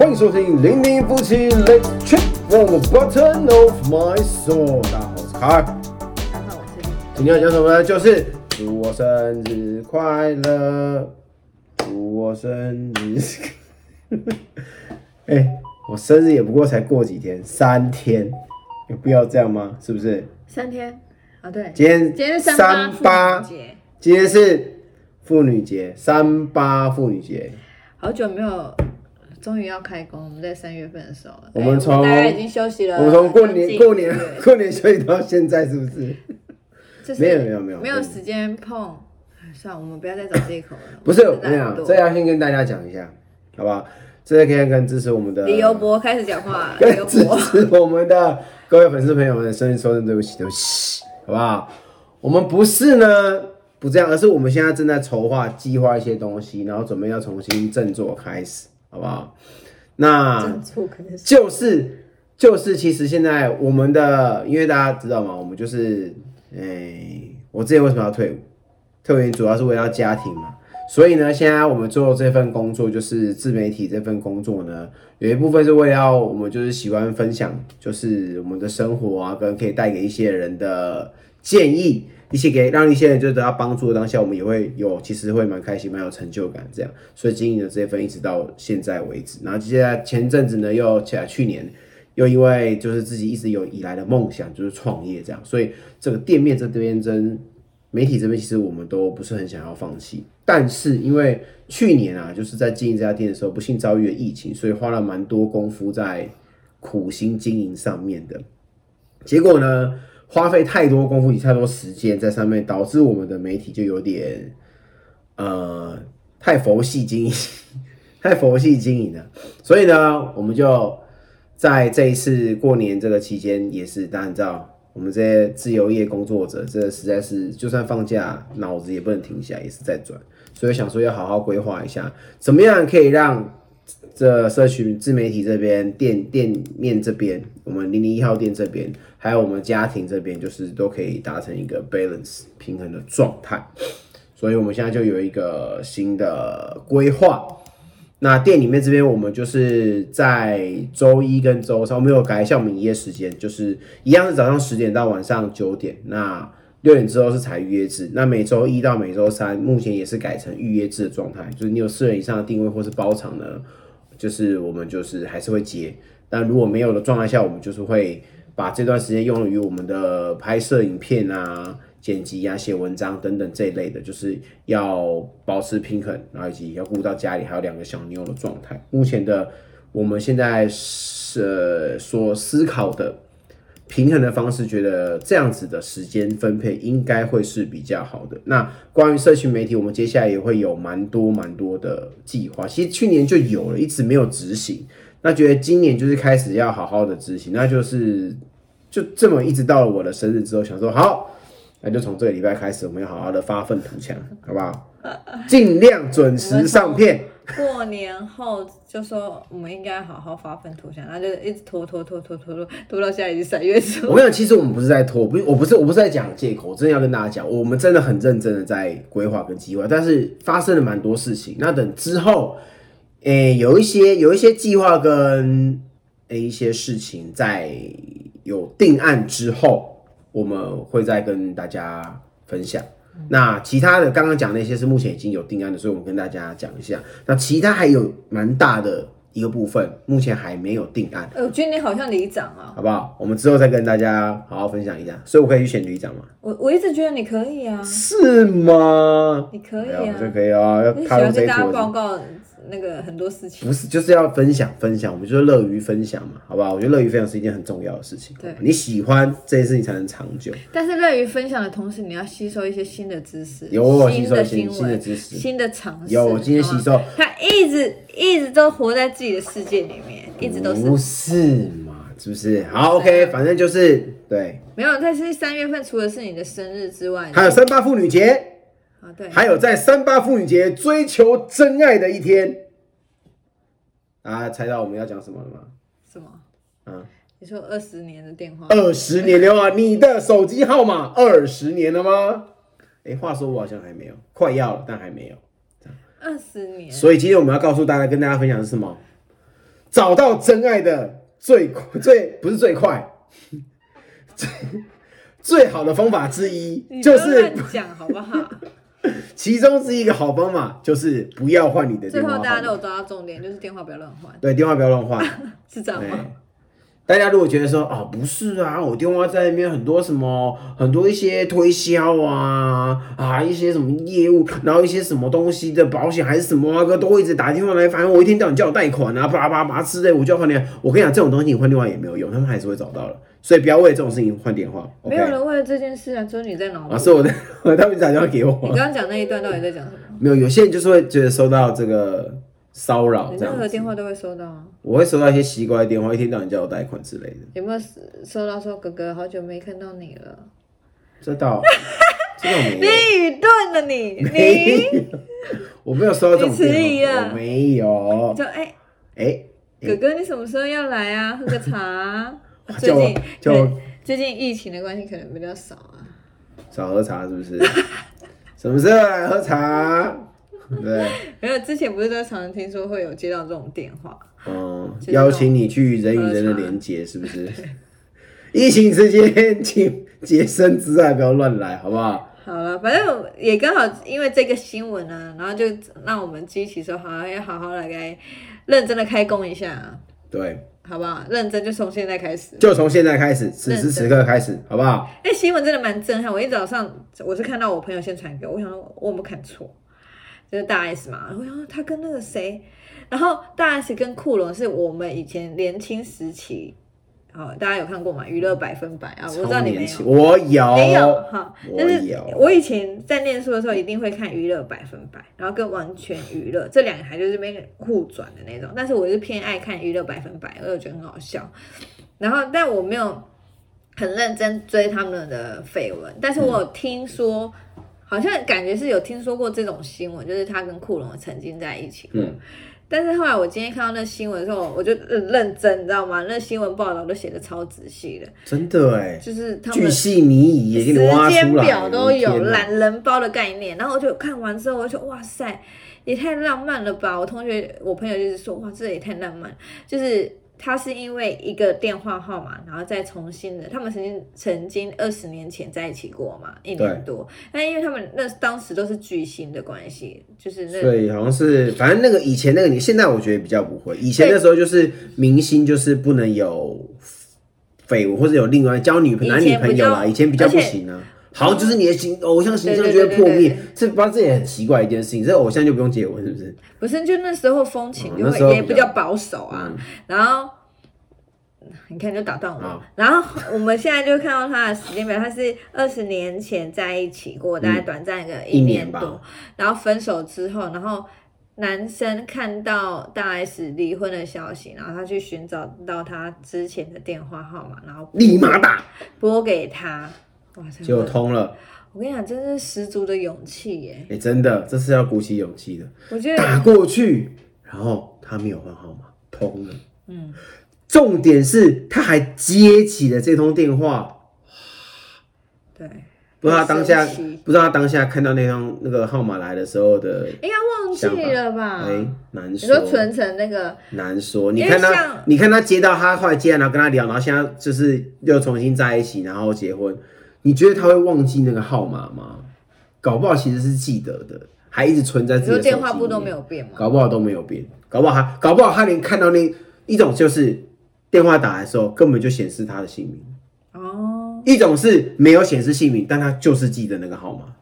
迎收听《零零夫妻 Let's Trip from the Bottom of My Soul》。大家好，我是卡尔。大家好，我是丽。今天要讲什么呢？就是祝我生日快乐，祝我生日。 哎、我生日也不过才过几天，三天，有必要这样吗？是不是？三天啊，对，今天今天是三八妇女节，今天是妇女节，三八妇女节。好久没有，终于要开工。我们在三月份的时候，我们从哎大概已经休息了我将们近一个月，从过年过年过年休息到现在，是不是？就是没有没有没有没有时间碰。哎算了，我们不要再找借口了。不是，我我跟你讲，这这样要先跟大家讲一下，好不好？这个可以跟支持我们的李 由博开始讲话了，李跟由支博，持我们的各位粉丝朋友们，声音说声对不起，对不起，好不好？我们不是呢不这样，而是我们现在正在筹划、计划一些东西，然后准备要重新振作开始，好不好？那错可能是 就是就是，其实现在我们的，因为大家知道嘛，我们就是，哎、我之前为什么要退伍？退伍原因主要是为了家庭嘛。所以呢，现在我们做这份工作，就是自媒体这份工作呢，有一部分是为了要我们就是喜欢分享，就是我们的生活啊，跟可以带给一些人的建议，一些给让一些人就得到帮助的当下，我们也会有其实会蛮开心，蛮有成就感这样。所以经营了这份一直到现在为止，然后接下来前阵子呢又起来去年。又因为就是自己一直有以来的梦想就是创业这样，所以这个店面这边真媒体这边其实我们都不是很想要放弃，但是因为去年啊，就是在经营这家店的时候，不幸遭遇了疫情，所以花了蛮多功夫在苦心经营上面的。结果呢，花费太多功夫以及太多时间在上面，导致我们的媒体就有点呃太佛系经营， 太佛系经营了。所以呢，我们就在这一次过年这个期间，也是大家知道，我们这些自由业工作者，这实在是就算放假，脑子也不能停下来，也是在转。所以想说要好好规划一下，怎么样可以让这社群自媒体这边、店店面这边、我们零零一号店这边，还有我们家庭这边，就是都可以达成一个 balance 平衡的状态。所以我们现在就有一个新的规划。那店里面这边，我们就是在周一跟周三，我们有改一下我们营业时间，就是一样是早上十点到晚上九点。那六点之后是采预约制，那每周一到每周三，目前也是改成预约制的状态，就是你有四人以上的定位或是包场呢，就是我们就是还是会接。但如果没有的状态下，我们就是会把这段时间用于我们的拍摄影片啊、剪辑啊、写文章等等这一类的，就是要保持平衡，然后以及要顾到家里还有两个小妞的状态。目前的我们现在是、呃、所思考的平衡的方式，觉得这样子的时间分配应该会是比较好的。那关于社群媒体，我们接下来也会有蛮多蛮多的计划，其实去年就有了，一直没有执行。那觉得今年就是开始要好好的执行，那就是就这么一直到了我的生日之后，想说好，那就从这个礼拜开始，我们要好好的发愤图强，好不好？尽量准时上片。过年后就说我们应该好好发愤图强，然后就一直拖拖拖拖拖拖拖到现在已经三月初。我跟你讲，其实我们不是在拖，我不，我不是，我不是在讲借口，我真的要跟大家讲，我们真的很认真的在规划跟计划，但是发生了蛮多事情。那等之后，诶、有一些有一些计划跟诶、一些事情在有定案之后，我们会再跟大家分享。那其他的刚刚讲那些是目前已经有定案的，所以我们跟大家讲一下。那其他还有蛮大的一个部分，目前还没有定案。哎我觉得你好像里长啊，好不好？我们之后再跟大家好好分享一下。所以我可以去选旅长吗？我我一直觉得你可以啊，是吗？你可以哎呀啊我，就可以啊，要你喜踏入欢这跟一大家坨报子。告那个很多事情。不是，就是要分享分享，我们就是乐于分享嘛，好不好？我觉得乐于分享是一件很重要的事情。对好吧你喜欢这件事情才能长久。 但是乐于分享的同时，你要吸收一些新的知识，有我有新吸收的新新新的知识新的尝试。有我今天好吗吸收他一直一直都活在自己的世界里面，一直都是啊不是嘛？是不是？好，OK，反正就是对，没有。但是三月份除了是你的生日之外，还有三八妇女节，啊对，还有在三八妇女节追求真爱的一天。大家猜到我们要讲什么了吗？什么？嗯你说二十年的电话，二十年了啊！你的手机号码二十年了吗？哎，话说我好像还没有，快要了，但还没有。二十年，所以今天我们要告诉大家，跟大家分享的是什么？找到真爱的最 最不是最快， 最最好的方法之一你不就要是乱讲好 不好？其中之一个好方法就是不要换你的最电后话号码。大家都有抓到重点，就是电话不要乱换，对电话不要乱换。是这样对吗？大家如果觉得说啊不是啊，我电话在那边很多什么很多一些推销啊啊一些什么业务，然后一些什么东西的保险还是什么啊哥都会一直打电话来，反正我一天到晚叫我贷款啊叭叭叭之类，我就要换电话。我跟你讲这种东西你换电话也没有用，他们还是会找到的，所以不要为了这种事情换电话。没有 OK 人为了这件事啊，就是你在脑补啊，。是我的， 他们打电话给 你我刚，刚讲那一段到底在讲什么？没有有些人就是会觉得收到这个骚扰你这样任何子，电话都会收到啊。我会收到一些奇怪的电话，一天到晚叫我贷款之类的。有没有收到说哥哥好久没看到你了？这 倒，这倒没有。你语顿了你，没你我没有收到这种你迟疑电话，了我没 有。就哎、哎、哥哥你什么时候要来啊？喝个茶啊、最 叫我近叫我 最近疫情的关系可能比较少啊。少喝茶是不 是？什么时候来喝茶？对，没有，之前不是都常常听说会有接到这种电话，嗯，就是邀请你去人与人的连接是不 是？疫情之间，请洁身自爱，不要乱来，好不好？好了，反正我也刚好因为这个新闻呢、然后就让我们激起说，好要好好来该认真的开工一下啊，对，好不好？认真就从现在开始。就从现在开始，此时此刻开始，好不好？哎、新闻真的蛮震撼，我一早上我是看到我朋友先传给我，我想说我有没有看错，就是大 S 嘛，然后我想说他跟那个谁，然后大 S 跟库龙是我们以前年轻时期，哦，大家有看过吗？娱乐百分百啊，我知道超你没年有轻，。我有，没有哈，哦我就是有我以前在念书的时候，一定会看娱乐百分百，然后跟完全娱乐这两个还就是没互转的那种，但是我是偏爱看娱乐百分百，因为我觉得很好笑。然后，但我没有很认真追他们的绯闻，但是我有听说，好像感觉是有听说过这种新闻，就是他跟库龙曾经在一起过。嗯但是后来我今天看到那新闻的时候，我就很认真，你知道吗？那新闻报道都写的超仔细的，真的哎，就是他巨们细靡遗也给你挖时出来，间表都有我的天哪懒人包的概念，然后我就看完之后，我就哇塞，也太浪漫了吧！我同学、我朋友就是说，哇，这也太浪漫，就是。他是因为一个电话号码，然后再重新的，他们曾经曾经二十年前在一起过嘛，一年多。那因为他们那当时都是巨星的关系，就是那所以好像是，反正那个以前那个你，现在我觉得比较不会。以前对那时候就是明星就是不能有绯闻或者有另外交女朋友以男前女朋友啦，比较以前比较不而且行啊。好像就是你的哦形偶像形象就会对对对破对灭对，这不知道这也很奇怪一件事情。这偶像就不用结婚是不是？不是，就那时候风情嗯就那会、时候也比比较较保守啊。嗯然后你看就打断我好了，然后我们现在就看到他的时间表，他是二十年前在一起过，大概短暂个一年年吧多，然后分手之后，然后。男生看到大 S 离婚的消息，然后他去寻找到他之前的电话号码，然后立马打，拨给他。哇塞！结果通了。我跟你讲，真是十足的勇气耶！哎、真的，这是要鼓起勇气的，我觉得打过去，然后他没有换号码，通了。嗯，重点是他还接起了这通电话，对，不知道他当下很神奇，不知道他当下看到那张那个号码来的时候的，应该忘记了吧？哎、难啊你说说，纯成那个，难说。你因为看他像，你看他接到他后来接，然后跟他聊，然后现在就是又重新在一起，然后结婚。你觉得他会忘记那个号码吗？搞不好其实是记得的，还一直存在自你己的说手机电话簿都里没面有变吗？搞不好都没有变，搞不好他，搞不好他连看到那一种就是电话打来的时候根本就显示他的姓名，哦，一种是没有显示姓名，但他就是记得那个号码。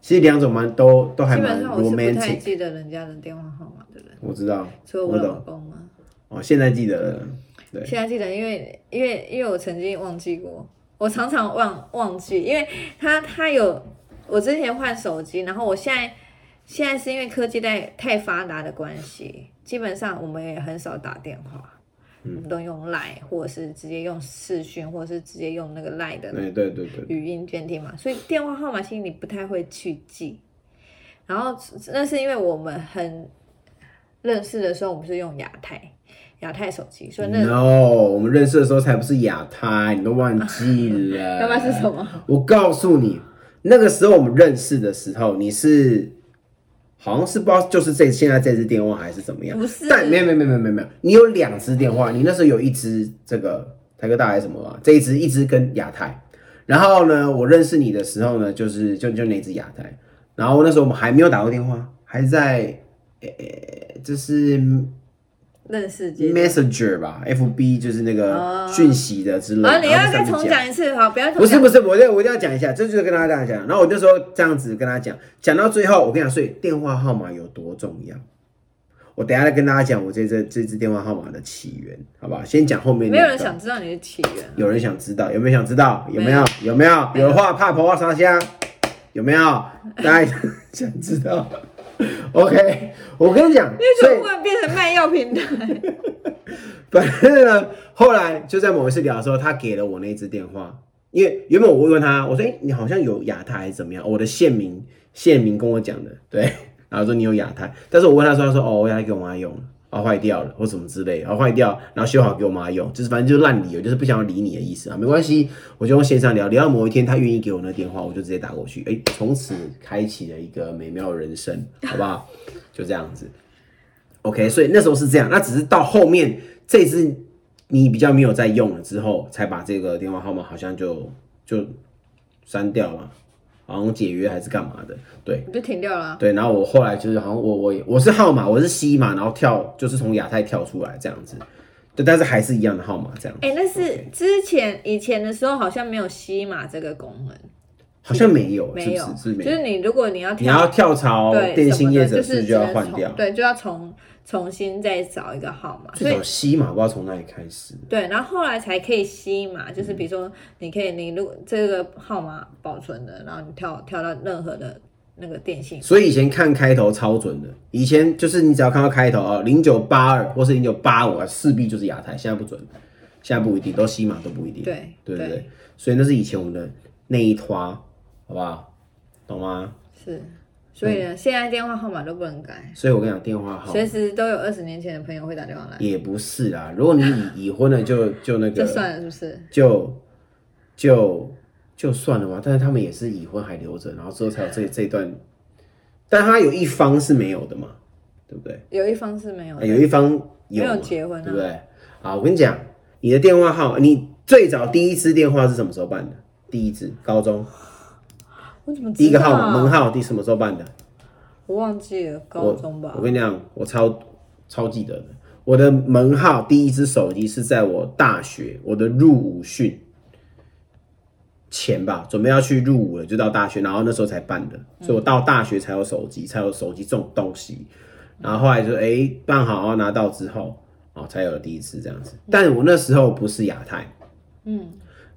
其实两种蛮都都还基蛮本上我是不太 romantic，记得人家的电话号码的人，我知道，除了我我老懂。公啊。哦，现在记得了，对现在记得，因为因为因为我曾经忘记过，我常常忘忘记，因为他他有我之前换手机，然后我现在现在是因为科技太太发达的关系，基本上我们也很少打电话。嗯我们都用 Line，或者是直接用视讯，或者是直接用那个 Line 的哎，对对对，语音监听嘛，所以电话号码其实你不太会去记。然后那是因为我们很认识的时候，我们是用亚太亚太手机，所以那 No，我们认识的时候才不是亚太，你都忘记 了。要不然是什么？我告诉你，那个时候我们认识的时候，你是好像是不知道就是这现在这只电话还是怎么样。不是，但没有没有没有没有没有没有，你有两只电话，你那时候有一只这个台哥大还是什么吧，这一只一只跟亚太。然后呢，我认识你的时候呢，就是就就那只亚太。然后那时候我们还没有打过电话，还在呃，就是认识阶段。 Messenger 吧，FB 就是那个哦讯息的之类的。好，你然要后再上面重讲一次，好，不要重 不是讲。不是，我一定我一定要讲一下，这就是跟大家讲。然后我那时候这样子跟他讲，讲到最后，我跟你讲，所以电话号码有多重要，我等一下再跟大家讲我这这这支电话号码的起源，好不好？先讲后面没那有个。人想知道你的起源。有人想知道，有没有想知道？有没有没？有没有？没有有的话怕婆婆烧香，有没有？大家想知 道？OK，我跟你讲，为所什以么忽然变成卖药平台？ 反正呢，后来就在某一次聊的时候，他给了我那一支电话，因为原本我问他，我说：“哎、你好像有亚太还是怎么样？”我的县名县名跟我讲的，对，然后说你有亚太，但是我问他说，他说：“哦，我亚太给我妈用了。”啊，坏掉了或什么之类的，然后坏掉，然后修好给我妈用，就是反正就是烂理由，就是不想要理你的意思啊，没关系，我就用线上聊，聊到某一天他愿意给我那电话，我就直接打过去，哎、从此开启了一个美妙人生，好不好？就这样子。OK，所以那时候是这样，那只是到后面这次你比较没有在用了之后，才把这个电话号码好像就就删掉了，好像解约还是干嘛的，对。 你就停掉了啊。对，然后我后来就是好像我我也我是号码，我是 C 码，然后跳就是从亚太跳出来这样子，对，但是还是一样的号码这样，哎、那是之前以前的时候好像没有吸码这个功能，好像没有，是没有，不哦是？是没就有，是你如果你要你跳要跳槽对哦电什信么业的，者，就是是就要只能换重掉？对，就要重重新再找一个号码，所最以早 C 码不知道从哪里开始，对，然后后来才可以吸嘛，就是比如说你可以，你如果这个号码保存的，然后你跳跳到任何的那个电信，所以以前看开头超准的，以前就是你只要看到开头啊，零九八二或是零九八五啊，势必就是亚太。现在不准，现在不一定，都西马都不一定。对对不对对？所以那是以前我们的那一拖，好不好？懂吗？是，所以呢，现在电话号码都不能改，所以我跟你讲，电话号随时都有二十年前的朋友会打电话来，也不是啦。如果你已已婚了就，就那这个，算了是不是？就就就算了嘛。但是他们也是已婚还留着，然后之后才有这这一段，但他有一方是没有的嘛，对不对？有一方是没有啊的，有一方有哦没嘛有结婚对不啊，对？好，我跟你讲，你的电话号，你最早第一次电话是什么时候办的？第一次，高中我怎么第一知个道号码门啊？号，第什么时候办的？我忘记了，高中吧我。跟你讲，我超超记得的。我的门号第一只手机是在我大学我的入伍训前吧，准备要去入伍了，就到大学，然后那时候才办的，嗯所以我到大学才有手机，才有手机这种东西。然后后来就哎、办好，然后拿到之后，哦才有了第一次这样子。但我那时候不是亚太，嗯，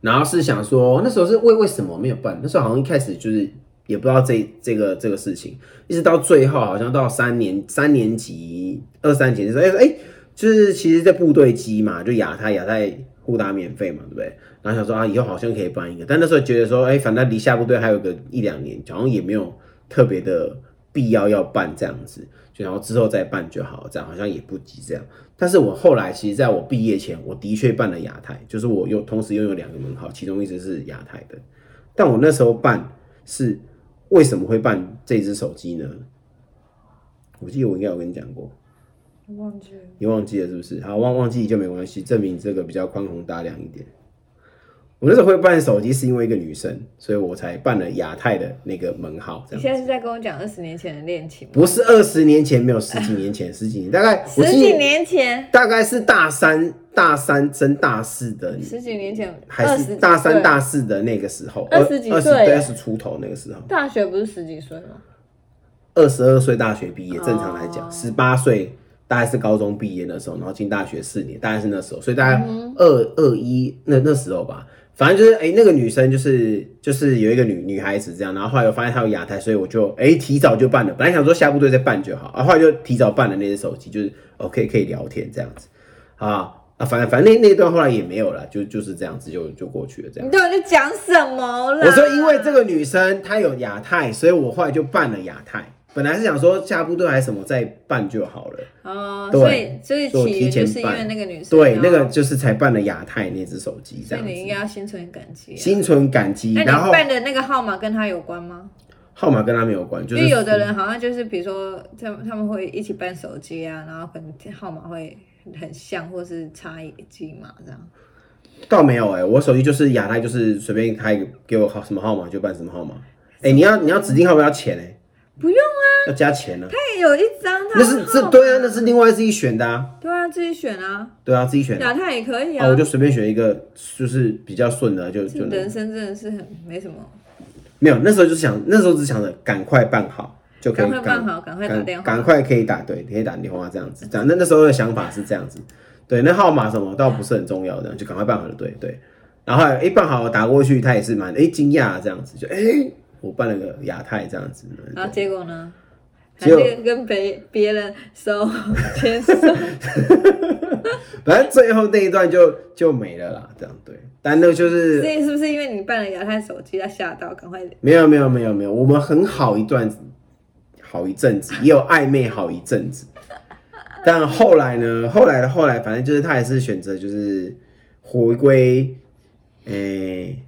然后是想说，那时候是为为什么没有办？那时候好像一开始就是也不知道这这个这个事情，一直到最后好像到三年三年级二三年级的时候，哎、哎、就是其实，在部队机嘛，就亚太亚太互打免费嘛，对不对？然后想说啊，以后好像可以办一个，但那时候觉得说，哎、反正离下部队还有个一两年，好像也没有特别的必要要办这样子，就然后之后再办就好，这样好像也不急这样。但是我后来其实在我毕业前，我的确办了亚太，就是我又同时拥有两个门号，其中一只是亚太的。但我那时候办是为什么会办这只手机呢？我记得我应该有跟你讲过，我忘记了。你忘记了是不是？好，忘忘记就没关系，证明这个比较宽宏大量一点。我那时候会办手机是因为一个女生，所以我才办了亚太的那个门号，这你样现在是在跟我讲二十年前的恋情吗？不是二十年前，没有十几年前，十几年大概我十记几得年前，大概是大三大三升大四的十几年前，还二十是几大三岁大四的那个时候，二十几二十岁对二十出头那个时候，大学不是十几岁吗？二十二岁大学毕业，正常来哦讲，十八岁大概是高中毕业的时候，然后进大学四年，大概是那时候，所以大概二二一那那时候吧。反正就是，哎、那个女生就是就是有一个女女孩子这样，然后后来我发现她有亚太，所以我就哎、提早就办了。本来想说下部队再办就好，啊，后来就提早办了那只手机，就是哦可以可以聊天这样子啊啊，反正反正那那段后来也没有了，就就是这样子就就过去了这样你。到底在讲什么啦？我说因为这个女生她有亚太，所以我后来就办了亚太。本来是想说下部队还是什么再办就好了，哦，对所以所所以以我起提源前就是因办为那个女生，对，然后那个，就是才办了亚太那只手机这所以样你应子，该要心存感激啊。心存感激。那然你后办的那个号码跟她有关吗？号码跟他没有关，就因是为有的人好像就是，比如说他们他们会一起搬手机啊，然后可能号码会很像，或是差几码这样。倒没有哎、我手机就是亚太，就是随便开一个给我号什么号码就办什么号码。哎、你要你要指定号码要钱哎、不用啊，要加钱呢、啊。他也哎有一张他那的是号这码对啊，那是另外自己选的啊，对啊，自己选啊，对啊，自己选的。亚太也可以啊，啊。我就随便选一个，就是比较顺的，啊就就这那个人生真的是很没什么，没有。那时候就想，那时候只想着赶快办好就可以，赶快办好，赶快打赶电话。赶快可以打，对，可以打电话这样子。这样，那那时候的想法是这样子，对，那号码什么倒不是很重要的，就赶快办好了，对对。然后一办好打过去，他也是蛮哎惊讶这样子，就哎、诶我办了个亚太这样子，然后啊结果呢？还结果是跟别别人 手牵手，反正最后那一段就就没了啦，这样对。但那个就是所以是不是因为你办了亚太手机，他吓到，赶快没有没有没有没有，我们很好一段，好一阵子，也有暧昧好一阵子，但后来呢？后来的后来，反正就是他也是选择就是回归，诶、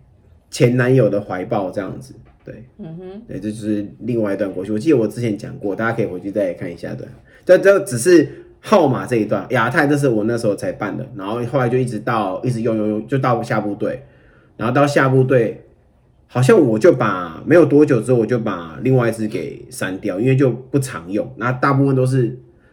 前男友的怀抱这样子。对，嗯哼，对，这就是另外一段过去。我记得我之前讲过，大家可以回去再看一下对，但这只是号码这一段，亚太这是我那时候才办的，然后后来就一直到一直用用用，就到下部队，然后到下部队，好像我就把没有多久之后我就把另外一只给删掉，因为就不常用。那大部分都是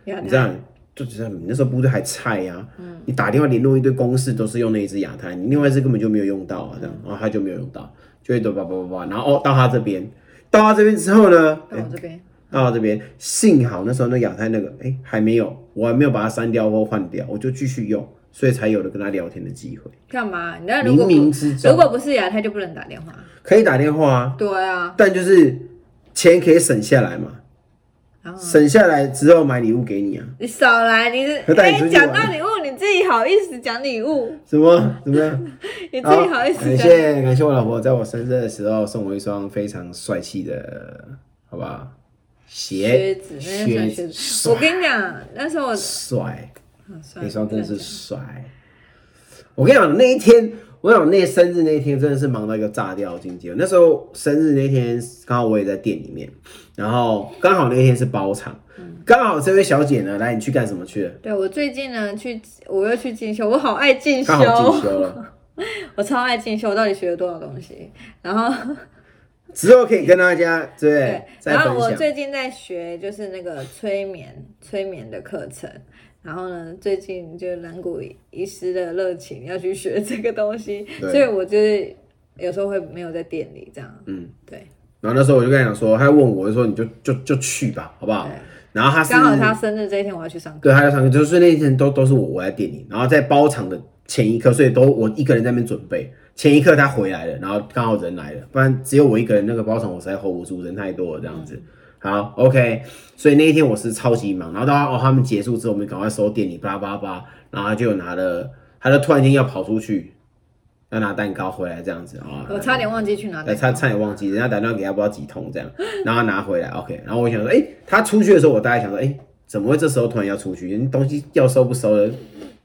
亚你太这样，就只是你那时候部队还菜呀、嗯你打电话联络一堆公司都是用那一只亚太，你另外一只根本就没有用到啊，这样，嗯然后他就没有用到，就会都叭叭叭叭，然后哦到他这边，到他这边之后呢，哎到我这边，到这边，幸好那时候那亚太那个，哎、还没有，我还没有把它删掉或换掉，我就继续用，所以才有了跟他聊天的机会。干嘛？你那如冥果冥不之如中果不是亚太就不能打电话。可以打电话啊，对啊，但就是钱可以省下来嘛，然后省下来之后买礼物给你啊，你少来，你是可带你哎出去讲玩到礼物，你自己好意思讲礼物，什么怎么样？ 你自己好意思感讲。谢感谢我老婆在我生日的时候送我一双非常帅气的，好不好？靴鞋子，那个算靴子。我帅跟你讲，那时候我帅，啊算那了双真的是不能讲帅。我跟你讲，那一天，我讲那生日那一天真的是忙到一个炸掉的境界。那时候生日那天，刚好我也在店里面，然后刚好那一天是包场，嗯刚好这位小姐呢，来你去干什么去了？对我最近呢去，我又去进修，我好爱进修刚，好进修了，我超爱进修，我到底学了多少东西？然后之后可以跟大家对不对对，再然分后我享。最近在学就是那个催眠催眠的课程，然后呢，最近就蓝谷医师的热情要去学这个东西，对所以我就是有时候会没有在店里这样，嗯，对，然后那时候我就跟他讲说，他问我就说你就就就去吧，好不好对？然后他是刚好他生日这一天我要去上课，对他就上课，就是那一天都都是我我在店里，然后在包场的前一刻，所以都我一个人在那边准备。前一刻他回来了，然后刚好人来了，不然只有我一个人那个包场我实在 hold 不住，人太多了这样嗯子。好，OK，所以那一天我是超级忙，然后到哦他们结束之后，我们赶快收店里，叭叭叭，然后他就有拿了，他就突然间要跑出去，要拿蛋糕回来这样子啊。我差点忘记去拿哎，蛋糕差差点忘记，人家打电话给他不知道几通这样，然后他拿回来，OK。然后我想说，哎、他出去的时候，我大概想说，哎、怎么会这时候突然要出去？人东西要收不收的，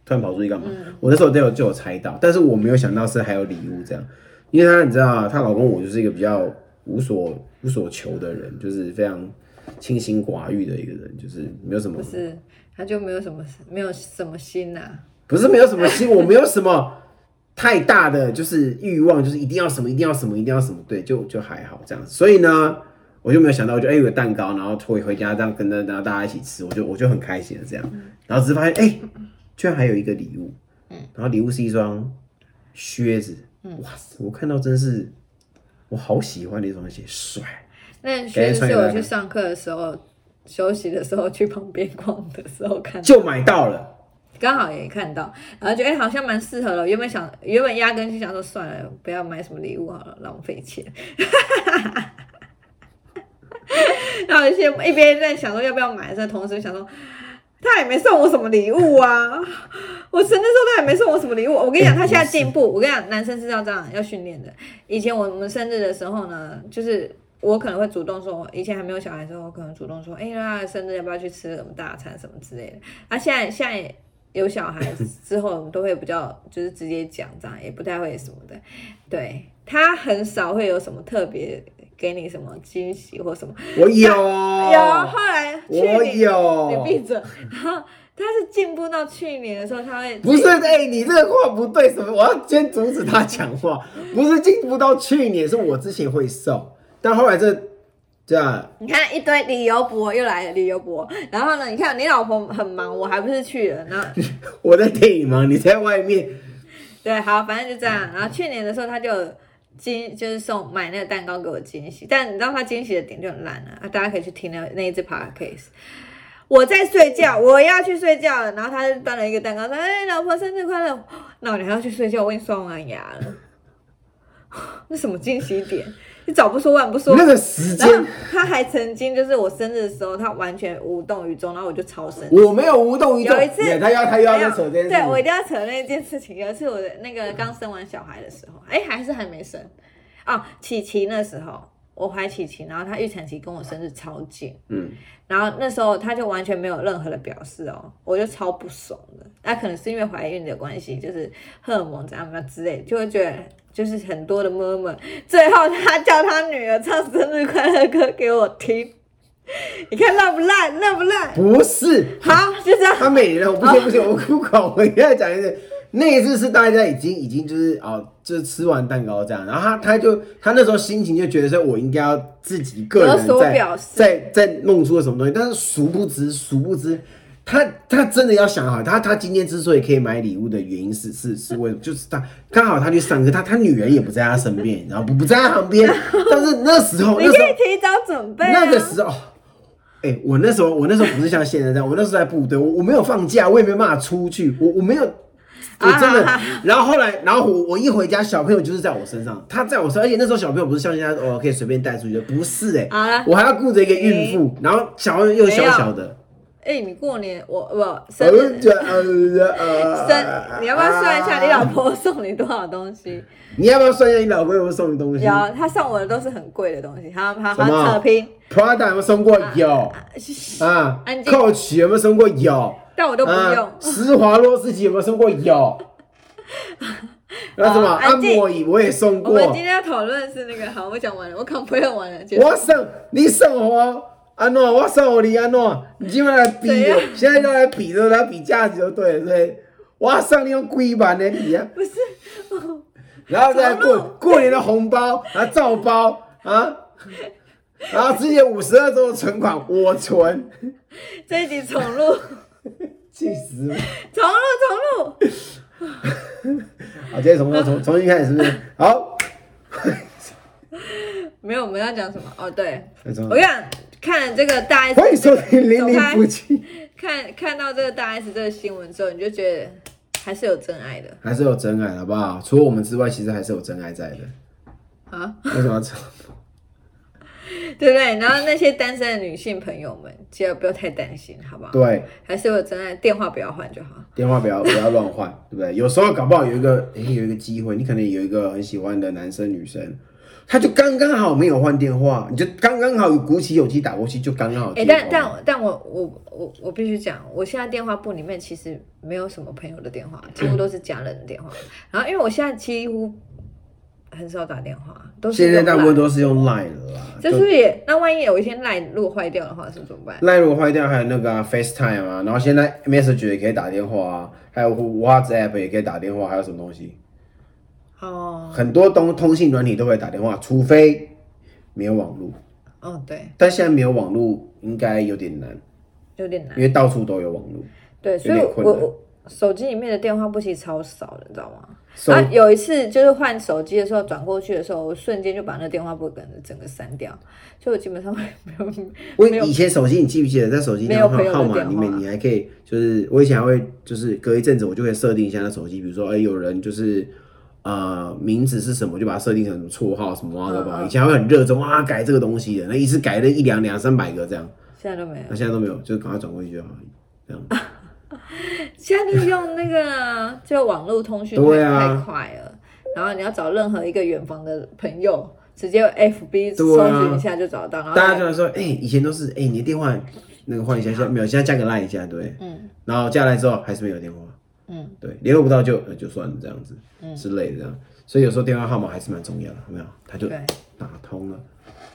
突然跑出去干嘛？我那时候就有就有猜到，但是我没有想到是还有礼物这样，因为她你知道，啊她老公我就是一个比较无所无所求的人，就是非常清心寡欲的一个人，就是没有什么不是，他就没有什么没有什么心呐、不是没有什么心，我没有什么 太大的就是欲望，就是一定要什么，一定要什么，一定要什么，对，就就还好这样子。所以呢，我就没有想到，我就哎、有个蛋糕，然后回回家这样跟着然后大家一起吃，我就我就很开心的这样。嗯然后只是发现哎、居然还有一个礼物，然后礼物是一双靴子，嗯哇塞，我看到真是我好喜欢的一双鞋，帅。那学穿是给我大家去看上课的时候，休息的时候去旁边逛的时候看到就买到了，刚好也看到，然后觉得哎、好像蛮适合的。原本想，原本压根就想说，算了，不要买什么礼物好了，浪费钱。 然后一些一边在想说要不要买，但同时想说，他也没送我什么礼物啊。我生日的时候他也没送我什么礼物。我跟你讲，他现在进步。我跟你讲，男生是要这样要训练的。以前我们生日的时候呢，就是我可能会主动说，以前还没有小孩的时候，我可能主动说，哎、那生日要不要去吃什么大餐什么之类的。啊，现在现在有小孩之后，我们都会比较就是直接讲这样，也不太会什么的。对他很少会有什么特别给你什么惊喜或什么。我有， 有后来去哦我年，你闭有，嘴。然后他是进步到去年的时候，他会不是，哎、你这个话不对，什么？我要先阻止他讲话，不是进步到去年，是我之前会瘦，但后来这啊这样，你看一堆理由博又来了，理由博。然后呢，你看你老婆很忙，我还不是去了。然后我在电影忙，你在外面，对，好，反正就这嗯样。然后去年的时候，他就有惊，就是送买那个蛋糕给我惊喜，但你知道他惊喜的点就很烂了、啊，大家可以去听那那一只 podcast。我在睡觉，我要去睡觉了。然后他就端了一个蛋糕，说：“哎、老婆生日快乐！”那我还要去睡觉，我已经刷完牙了。 那什么惊喜点？你早不说，晚不说。那个时然后间，他还曾经就是我生日的时候，他完全无动于衷，然后我就超生气。我没有无动于衷有一，次也他要他又要没有再扯这件事对我情，一定要扯那件事情。有一次我的那个刚生完小孩的时候，哎、还是还没生哦，琪琪那时候我怀琪琪，然后她预产期跟我生日超近，嗯，然后那时候她就完全没有任何的表示哦，我就超不爽的。那、可能是因为怀孕的关系，就是荷尔蒙怎样怎样之类，就会觉得。就是很多的妈妈，最后她叫她女儿唱生日快乐歌给我听， 你看烂不烂？烂不烂？不是，好，就这样。他每人，我不行不啊行，我不搞，我一定要讲一次。那一次是大家已经已经就是哦，就是吃完蛋糕这样，然后他他就他那时候心情就觉得说，我应该要自己个有人所再表示再再弄出个什么东西，但是殊不知殊不知，他他真的要想好，他他今天之所以可以买礼物的原因是是是为什么？就是他刚好他去上课，他他女儿也不在他身边，然后不不在他旁边，但是那时候那你时可候以提早准备、啊。那个时候，哎、我那时候我那时候不是像现在这样，我那时候在部队，我我没有放假，我也没办法出去，我我没有。我真的啊，然后后来，然后我我一回家，小朋友就是在我身上，他在我身上，而且那时候小朋友不是像现在哦可以随便带出去的，不是哎、好了我还要顾着一个孕妇，然后小朋友又小小的，哎、你过年我我我生就日觉得呃呃，生，你要不要算一下你老？啊婆送你多少东 西？你要不要算一下你老婆有没有送你东西有，她送我的都是很贵的东西。好好什么好，扯平。 ？Prada 有没有送过？有啊安静，Coach 有没有送过？有。 但我都不用啊。施华洛世奇有没有送过？ 有。那什么好按啊安静摩椅我也送我过。们今天要讨论的是那个，好，我讲完了，我 complain 完了，结束。我送你送我安诺，我送我你安诺，你今晚来比怎样，现在都来比，都来比价值就对了，对。我送你用龟板的你啊，不是，然后再怎么过弄过年的红包，然后照包啊，然后之前五十二周的存款我存， 这一集重录，气死我！重录，重录。好，今天从头从重新开始是不是？好，没有，我们要讲什么？哦，对，那从我跟你讲，看了这个大 S，哎欢迎收听《零零夫妻》。看看到这个大 S 这个新闻之后，你就觉得还是有真爱的还是有真爱，好不好？除了我们之外，其实还是有真爱在的。啊。为什么要扯？ 对不对？然后那些单身的女性朋友们，记得不要太担心，好不好？对，还是我真爱，电话不要换就好。电话不要不要乱换，对不对？有时候搞不好有一个诶、有一个机会，你可能有一个很喜欢的男生女生，他就刚刚好没有换电话，你就刚刚好有鼓起勇气打过去，就刚刚好哎、接通。但但但我我我我必须讲，我现在电话簿里面其实没有什么朋友的电话，几乎都是家人 的电话。然后因为我现在几乎很少打电话，都是现在用大部分 Line 都是用 Line 了啦，这就是不是也？那万一有一天赖如果坏掉的话，是怎么办？ Line 如果坏掉，还有那个、啊、FaceTime 啊，然后现在 Message 也可以打电话啊，还有 WhatsApp 也可以打电话，还有什么东西？哦很多东通信软体都可以打电话，除非没有网络。哦，对，但现在没有网络应该有点难，有点难因。为到处都有网络。对，所有以点我困我难我手机里面的电话簿其实超少的，你知道吗？手啊，有一次就是换手机的时候，转过去的时候，我瞬间就把那电话簿整个整个删掉，所以我基本上没有我没有以前手机，你记不记得在手机没那有个朋友号的号码电里话面，你还可以就是我以前还会就是隔一阵子我就可以设定一下那手机，比如说哎、有人就是呃名字是什么，就把它设定成什么绰号什么啊，嗯对吧？嗯以前还会很热衷啊改这个东西的，那一次改了一两两三百个这样，现在都没有 那，现在都没有，就赶快转过去就好。这样现在就是用那个啊就网络通讯太,、对啊太快了，然后你要找任何一个远房的朋友，直接 FB 对啊搜寻一下就找到，然后大家就来说，哎、以前都是哎、你的电话那个换一下，现在没有，现在加个 line 一下，对，嗯然后加来之后还是没有电话，嗯，对，联络不到就呃就算了这样子，之类的这样，所以有时候电话号码还是蛮重要的，有没有？他就对打通了，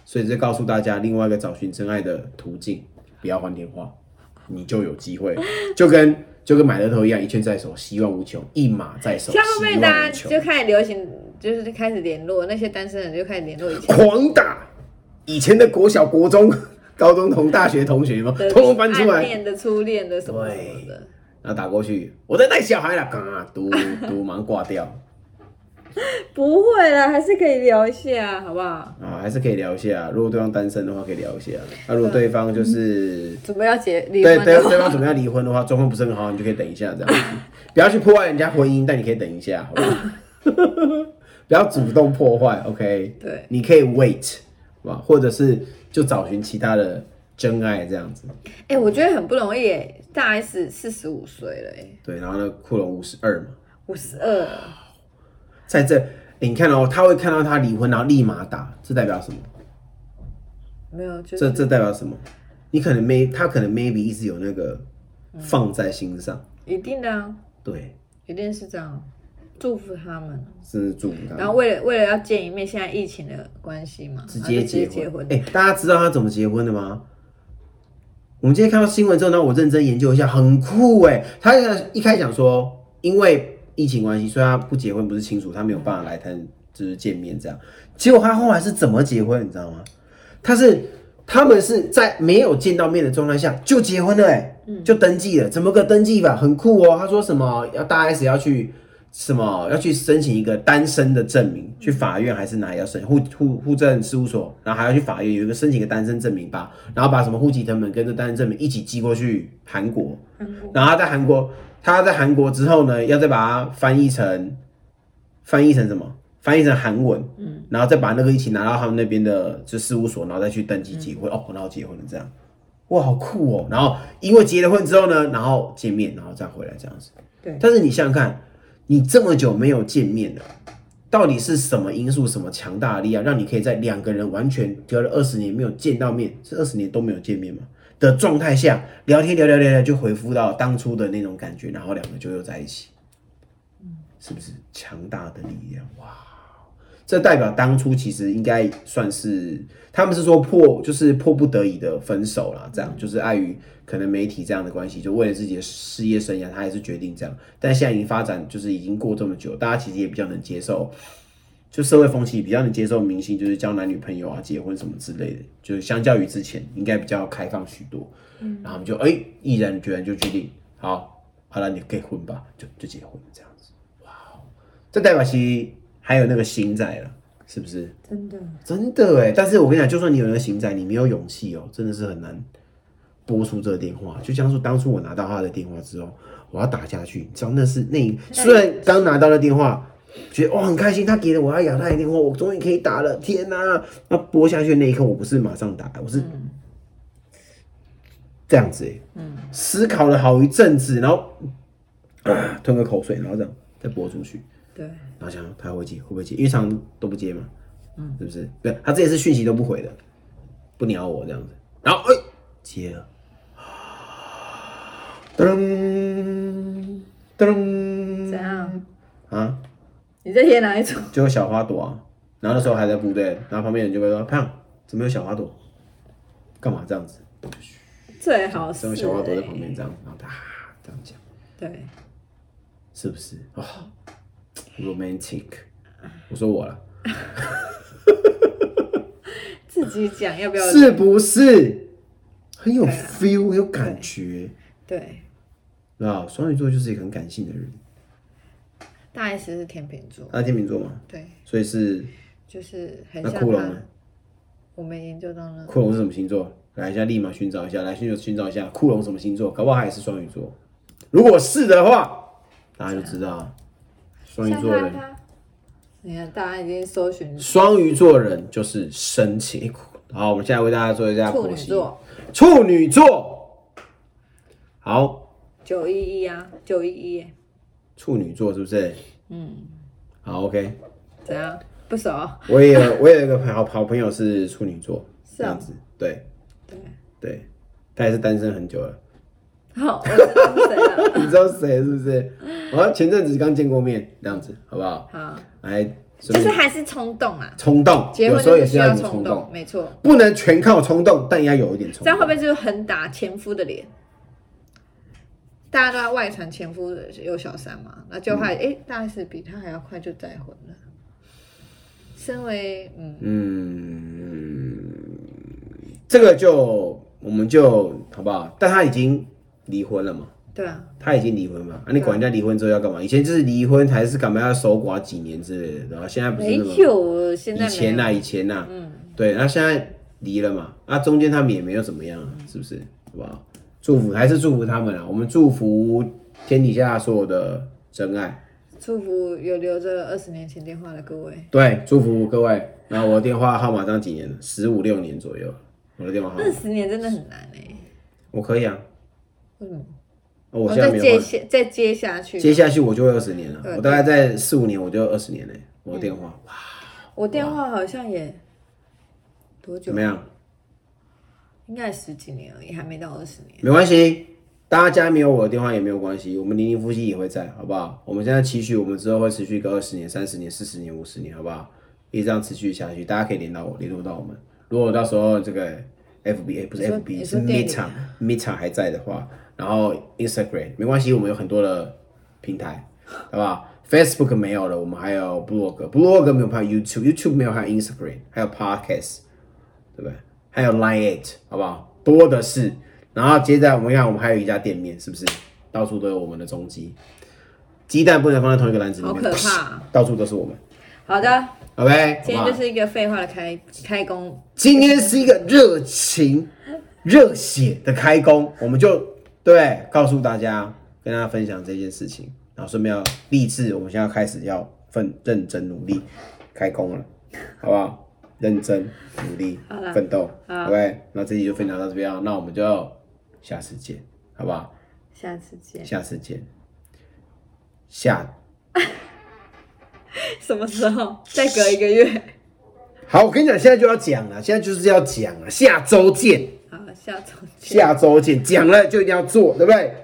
所以这告诉大家另外一个找寻真爱的途径，不要换电话，你就有机 会，就跟就跟买乐透一样，一券在手，希望无穷，一码在手，希像后面望大家无穷就，开始流行，就是开始联络那些单身人就开始联络以前狂打以前的国小、国中、高中同大学同学们，的通通翻出暗来，恋的、初恋的什么什么的。然后打过去，我在带小孩了，嘎 嘟嘟，马上挂掉不会啦，还是可以聊一下，好不好？啊，还是可以聊一下，如果对方单身的话，可以聊一下，那、如果对方就是。准备要结离对婚对的，对方准备要离婚的话，状况不是很好，你就可以等一下这样 子，不要去破坏人家婚姻，但你可以等一下，好不 好？不要主动破坏，OK？对，你可以 wait，好吧，或者是就找寻其他的真爱这样子。哎、我觉得很不容易耶，大 S 四十五岁了耶，对，然后呢，库龙五十二嘛，五十二，在这、诶你看哦，他会看到他离婚，然后立马打，这代表什么？没有，就这是这代表什么？你可能 may 他可能 maybe 一直有那个放在心上，一定的啊，对，一定是这样，祝福他们。真是祝福他。然后为了为了要见一面，现在疫情的关系嘛，直接结结婚。婚。哎、大家知道他怎么结婚的吗？我们今天看到新闻之后呢，我认真研究一下，很酷哎、他一开始讲说，因为疫情关系，所以他不结婚不是清楚，他没有办法来谈，就是见面这样。结果他后来是怎么结婚，你知道吗？他是他们是在没有见到面的状态下就结婚了、欸，嗯就登记了，怎么个登记法？很酷哦。他说什么要大 S 要去什么要去申请一个单身的证明，去法院还是哪里要申户户户政事务所，然后还要去法院有一个申请一个单身证明吧，然后把什么户籍成本跟这单身证明一起寄过去韩国，嗯然后他在韩国，他在韩国之后呢，要再把它翻译成翻译成什么？翻译成韩文，嗯，然后再把那个一起拿到他们那边的就事务所，然后再去登记结婚、哦，然后结婚了这样，哇，好酷哦！然后因为结了婚之后呢，然后见面，然后再回来这样子。对但是你想想看，你这么久没有见面了，到底是什么因素、什么强大的力量，让你可以在两个人完全隔了二十年没有见到面，是二十年都没有见面吗？的状态下聊天聊聊聊聊，就回复到当初的那种感觉，然后两个就又在一起，是不是强大的力量？哇！这代表当初其实应该算是他们是说迫就是迫不得已的分手啦，这样就是碍于可能媒体这样的关系，就为了自己的事业生涯，他还是决定这样。但现在已经发展就是已经过这么久，大家其实也比较能接受，就社会风气比较能接受明星就是交男女朋友啊、结婚什么之类的，就是相较于之前应该比较开放许多。嗯，然后我们就哎毅然决然就决定，好，好了，你可以婚吧，就就结婚这样子。哇哦，这代表其实还有那个心在了，是不是？真的，真的哎，但是我跟你讲，就算你有那个行仔，你没有勇气哦、真的是很难拨出这个电话。就像是当初我拿到他的电话之后，我要打下去，你知道那是那一虽然刚拿到了电话，觉得哦很开心，他给了我他亚太的电话，我终于可以打了，天哪、那拨下去的那一刻，我不是马上打，我是这样子哎，思考了好一阵子，然后、啊、吞个口水，然后这样再拨出去。对，然后想他会接，会不会接？因为常常都不接嘛，嗯，是不是？对，他这也是讯息都不回的，不鸟我这样子，然后哎、接了，噔怎噔样？啊，你在演哪一种？就有小花朵啊，然后那时候还在部队，然后旁边人就会说胖，怎么有小花朵？干嘛这样子？最好只是、有小花朵在旁欸边这样，然后他、这样讲，对，是不是？哦、，romantic，我说我了。自己讲要不哎要？是啊不是很有 feel，很有感觉？对，啊，双鱼座就是一个很感性的人，大 S 是天秤座，他天秤座嘛，对，所以是就是很啊那像库龙他呢。？我们研究到了，库龙是什么星座？来一下，立马寻找一下，来寻找寻找一下库龙什么星座？搞不好他也是双鱼座。如果是的话，大家就知道双鱼座的人，他，你看大家已经搜寻双鱼座人就是深情。哎好，我们现在为大家做一下处剖女析。座处女座，好，九一一啊，九一一，处女座是不是？嗯，好，OK。怎样？不熟？哦我也有我也有一个朋好好朋友是处女座，是这样啊，子，对对，对，他也是单身很久了，好，我知道是谁了。 你知道谁是不是？我前阵子刚见过面，这样子，好不好？好，来所就以是还是冲动啊。冲动，结有婚时候就也是是需要要有冲冲动，没错。不能全靠冲动，但要有一点冲动。这样会不会就是很打前夫的脸？大家都在外传前夫有小三嘛，那就嗯还哎、诶大 S 比他还要快就再婚了。身为嗯，嗯，这个就我们就好不好？但他已经离婚了嘛，对啊，他已经离婚嘛，啊，你管人家离婚之后要干嘛？以前就是离婚还是干嘛要守寡几年之类的，然后现在不是没那么有，现在以前啊呐、没有。以前呐、嗯，对，那现在离了嘛，那、中间他们也没有怎么样啊，是不是？好不好？祝福还是祝福他们啊，我们祝福天底下所有的真爱，祝福有留着二十年前电话的各位，对，祝福各位。然后我的电话号码当几年了？十五六年左右，我的电话号码二，十年真的很难哎、我可以啊。为什么？哦我哦现在再没有接换，下再接下去，接下去我就会二十年了。对嗯我大概在四五年我就二十年了。我的电话我电话好像也多久怎么？样？应该十几年而已，还没到二十年。没关系，大家没有我的电话也没有关系，我们零零夫妻也会在，好不好？我们现在期许我们之后会持续一个二十年、三十年、四十年、五十年，好不好？一直这样持续下去，大家可以连到我，联络到我们。如果到时候这个 FB 哎不是你说 FB 你是说店 Meet 里场 Meet 场还在的话，然后 Instagram 没关系，我们有很多的平台，好不好？Facebook 没有了，我们还有 Blog，Blog 没有，还有 YouTube，YouTube 没有，还有 Instagram，还有 Podcast，对不对？还有 Line It，好不好？多的是。然后接着我们看，我们还有一家店面，是不是？到处都有我们的踪迹。鸡蛋不能放在同一个篮子里面，好可怕哦到处都是我们。好的，嗯 OK，今好不天好就是一个废话的开开工，今天是一个热情、热血的开工，我们就对告诉大家，跟大家分享这件事情，然后顺便要励志，我们现在要开始要奋认真努力开工了，好不好？认真努力好啦奋斗好，OK。那这期就分享到这边啊，那我们就下次见，好不好？下次 见。下次见，下什么时候？ 再隔一个月。好，我跟你讲，现在就要讲了，现在就是要讲了，下周见。好，下周见。下周见，讲了就一定要做，对不对？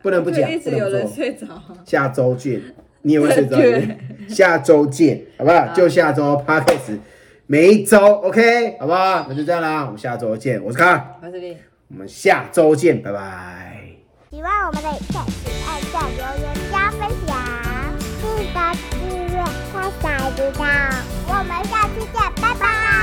不能不讲就，一不直有能人不做。睡着。下周见，你也会睡着对。下周见，好不好？就下周 p o d c a s 每一周 OK，好不好？那就这样啦，我们下周见。我是卡尔，我是丽。我们下周见，拜拜。喜欢我们的影片，请按赞、留言、加分享，记得订阅，开小铃铛。我们下期见，拜拜